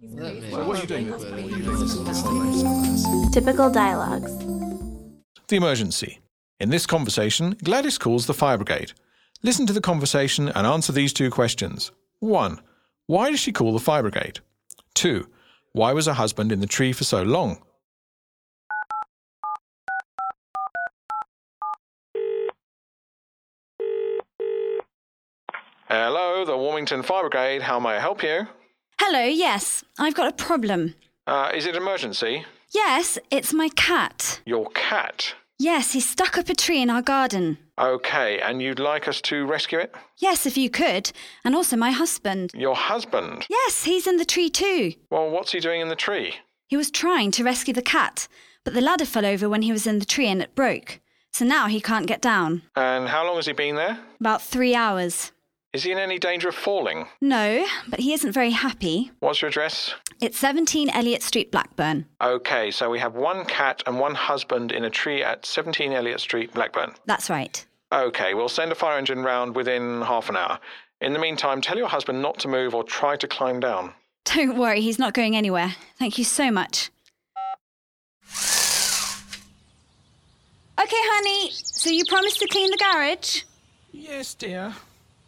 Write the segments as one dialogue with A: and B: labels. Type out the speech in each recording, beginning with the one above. A: He's
B: That
A: crazy.
B: man- So what you doing
A: He's
B: with
A: crazy.
B: it? What you doing with it?
C: Typical dialogues.
D: The emergency. In this conversation, Gladys calls the fire brigade. Listen to the conversation and answer these two questions. 1. Why did she call the fire brigade? 2. Why was her husband in the tree for so long? Hello, the Warmington Fire Brigade. How may I help you?
E: Hello, yes, I've got a problem.
D: Uh, is it an emergency?
E: Yes, it's my cat.
D: Your cat.
E: Yes, he's stuck up a tree in our garden.
D: Okay, and you'd like us to rescue it?
E: Yes, if you could. And also my husband.
D: Your husband.
E: Yes, he's in the tree too.
D: Well, what's he doing in the tree?
E: He was trying to rescue the cat, but the ladder fell over when he was in the tree and it broke. So now he can't get down.
D: And how long has he been there?
E: About three hours.
D: Is he in any danger of falling?
E: No, but he isn't very happy.
D: What's your address?
E: It's 17 Elliott Street, Blackburn.
D: Okay, so we have one cat and one husband in a tree at 17 Elliott Street, Blackburn.
E: That's right.
D: Okay, we'll send a fire engine round within half an hour. In the meantime, tell your husband not to move or try to climb down.
E: Don't worry, he's not going anywhere. Thank you so much. Okay, honey, so you promised to clean the garage
D: Yes, dear.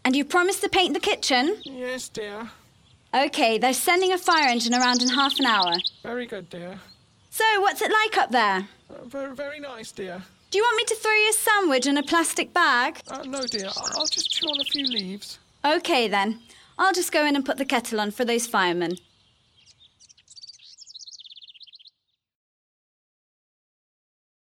E: and you promised to paint the kitchen.
D: Yes, dear.
E: Okay, they're sending a fire engine around in half an hour.
D: Very good, dear.
E: So, what's it like up there?
D: Very, very nice, dear.
E: Do you want me to throw you a sandwich in a plastic bag?
D: Uh, no, dear. I'll just chew on a few leaves.
E: Okay, then. I'll just go in and put the kettle on for those firemen.